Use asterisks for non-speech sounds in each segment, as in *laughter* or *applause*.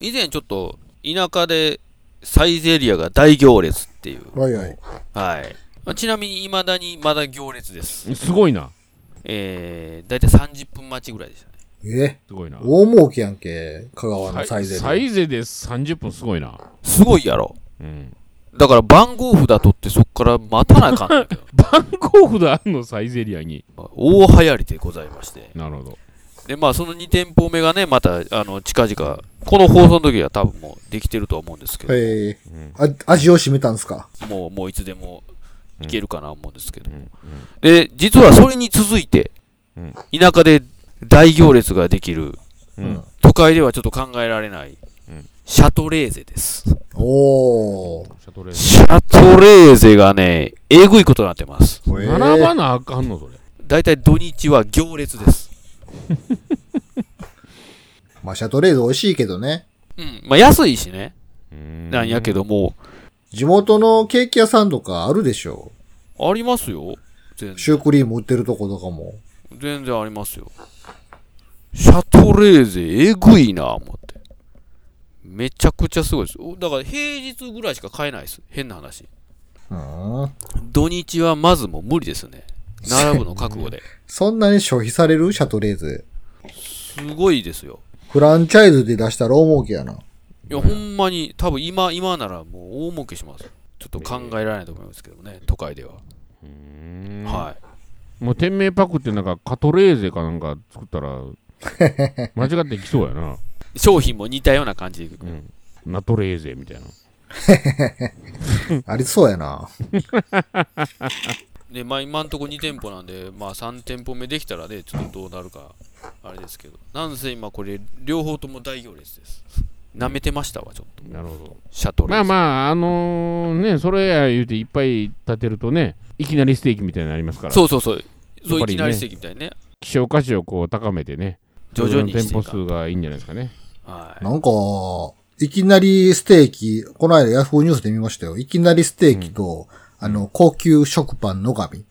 以前ちょっと田舎でサイゼリアが大行列っていう。はいはい。はい。まあちなみに未だにまだ行列です。すごいな。えー、だいたい30分待ちぐらいでしたね。え、すごいな。大儲けやんけ、香川のサイゼリヤ。サイゼで30分すごいな。すごいやろ。うん。だから番号札取ってそっから待たなあかん *laughs* ねんけど。番号札あんのサイゼリアに。大流行りでございまして。なるほど。で、まあその2店舗目がね、また、あの、近々、この放送の時は多分もうできてると思うんですけど、ええあ、味を占めたんですかもう、もういつでも行けるかな思うんですけどう。んで、実はそれに続いてうん、田舎で大行列ができる、うんうん都会ではちょっと考えられないうん、シャトレーゼです。おー。シャトレーゼ。シャトレーゼがね、えぐいことになってます。ええ並ばなあかんのそれ。だいたい土日は行列です。まあ、シャトレーゼ美味しいけどね。うん。まあ安いしね。ななんやけど。ども、地元のケーキ屋さんとかあるでしょありますよ。全シュー然。クリーム売ってるとことかも。全然ありますよ。シャトレーゼ、えぐいな、思って。めちゃくちゃすごいです。おだから平日ぐらいしか買えないです。変な話。うん。土日はまずもう無理ですね。並ぶの覚悟で。そんなに消費されるシャトレーゼ。すごいですよ。フランチャイズで出したら大儲けやな。いや、ほんまに、多分今、今ならもう大儲けします。ちょっと考えられないと思いますけどね、都会では。はもう店名パクってなんかカトレーゼかなんか作っ *laughs* たら、間違ってきそうやな。い。商品も似たような感じで。うん。ナトレーゼみたいな。ありそうやな。で、まあ今んとこ2店舗なんで、まあ3店舗目できたらね、ちょっとどうなるか、あれですけど。なんせ今これ、両方とも大行列です。舐めてましたわ、ちょっと。なるほど。シャトル。まあまあ、あのーね、それや言うていっぱい立てるとね、いきなりステーキみたいになりますから、そうそうそう。そう、いやっぱりねきなり席みたいにね。希少価値をこう高めてね、徐々にして店い舗かん数がいいんじゃないですかね。はい。なんか、いきなりステーキ、この間ヤフーニュースで見ましたよ。いきなりステーキと、あの、高級食パンの神。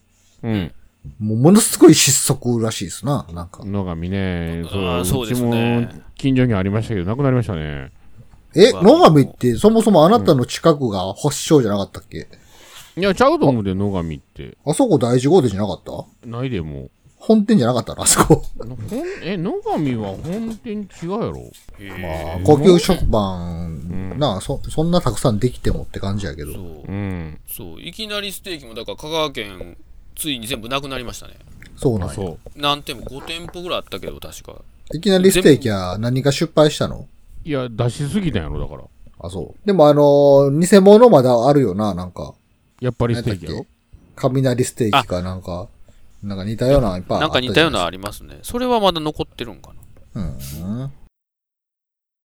うん。もうものすごい失速らしいですな。なんか。野上ね、あーそうですうちねも近所にありましたけど、なくなりましたね。え、まあ野上ってそもそもあなたの近くが発祥じゃなかったっけ、いや、ちゃうと思うで、野上って。あそこ第一号店じゃなかったないでも本店じゃなかったな、あそこ。う。ほんえ、野上は本店違うやろ。まあ、高級食パン、うんなあそ、そんなたくさんできてもって感じやけど。そうう。ん。そう、いきなりステーキもだから香川県、ついに全部なくなりましたね。そうなんあ、や。そ何店舗、5店舗ぐらいあったけど、確か。いきなりステーキは何か失敗したのう。いや、出しすぎたんやろ、だから。あ、そう。でもあのー偽物まだあるよな、なんか。やっぱり何スだテっーキやろけ。雷ステーキかなんか、なんか似たような、いっぱいあなっんたかじゃ似たよういなありますね。それはまだ残ってるんかな。ですか。うん。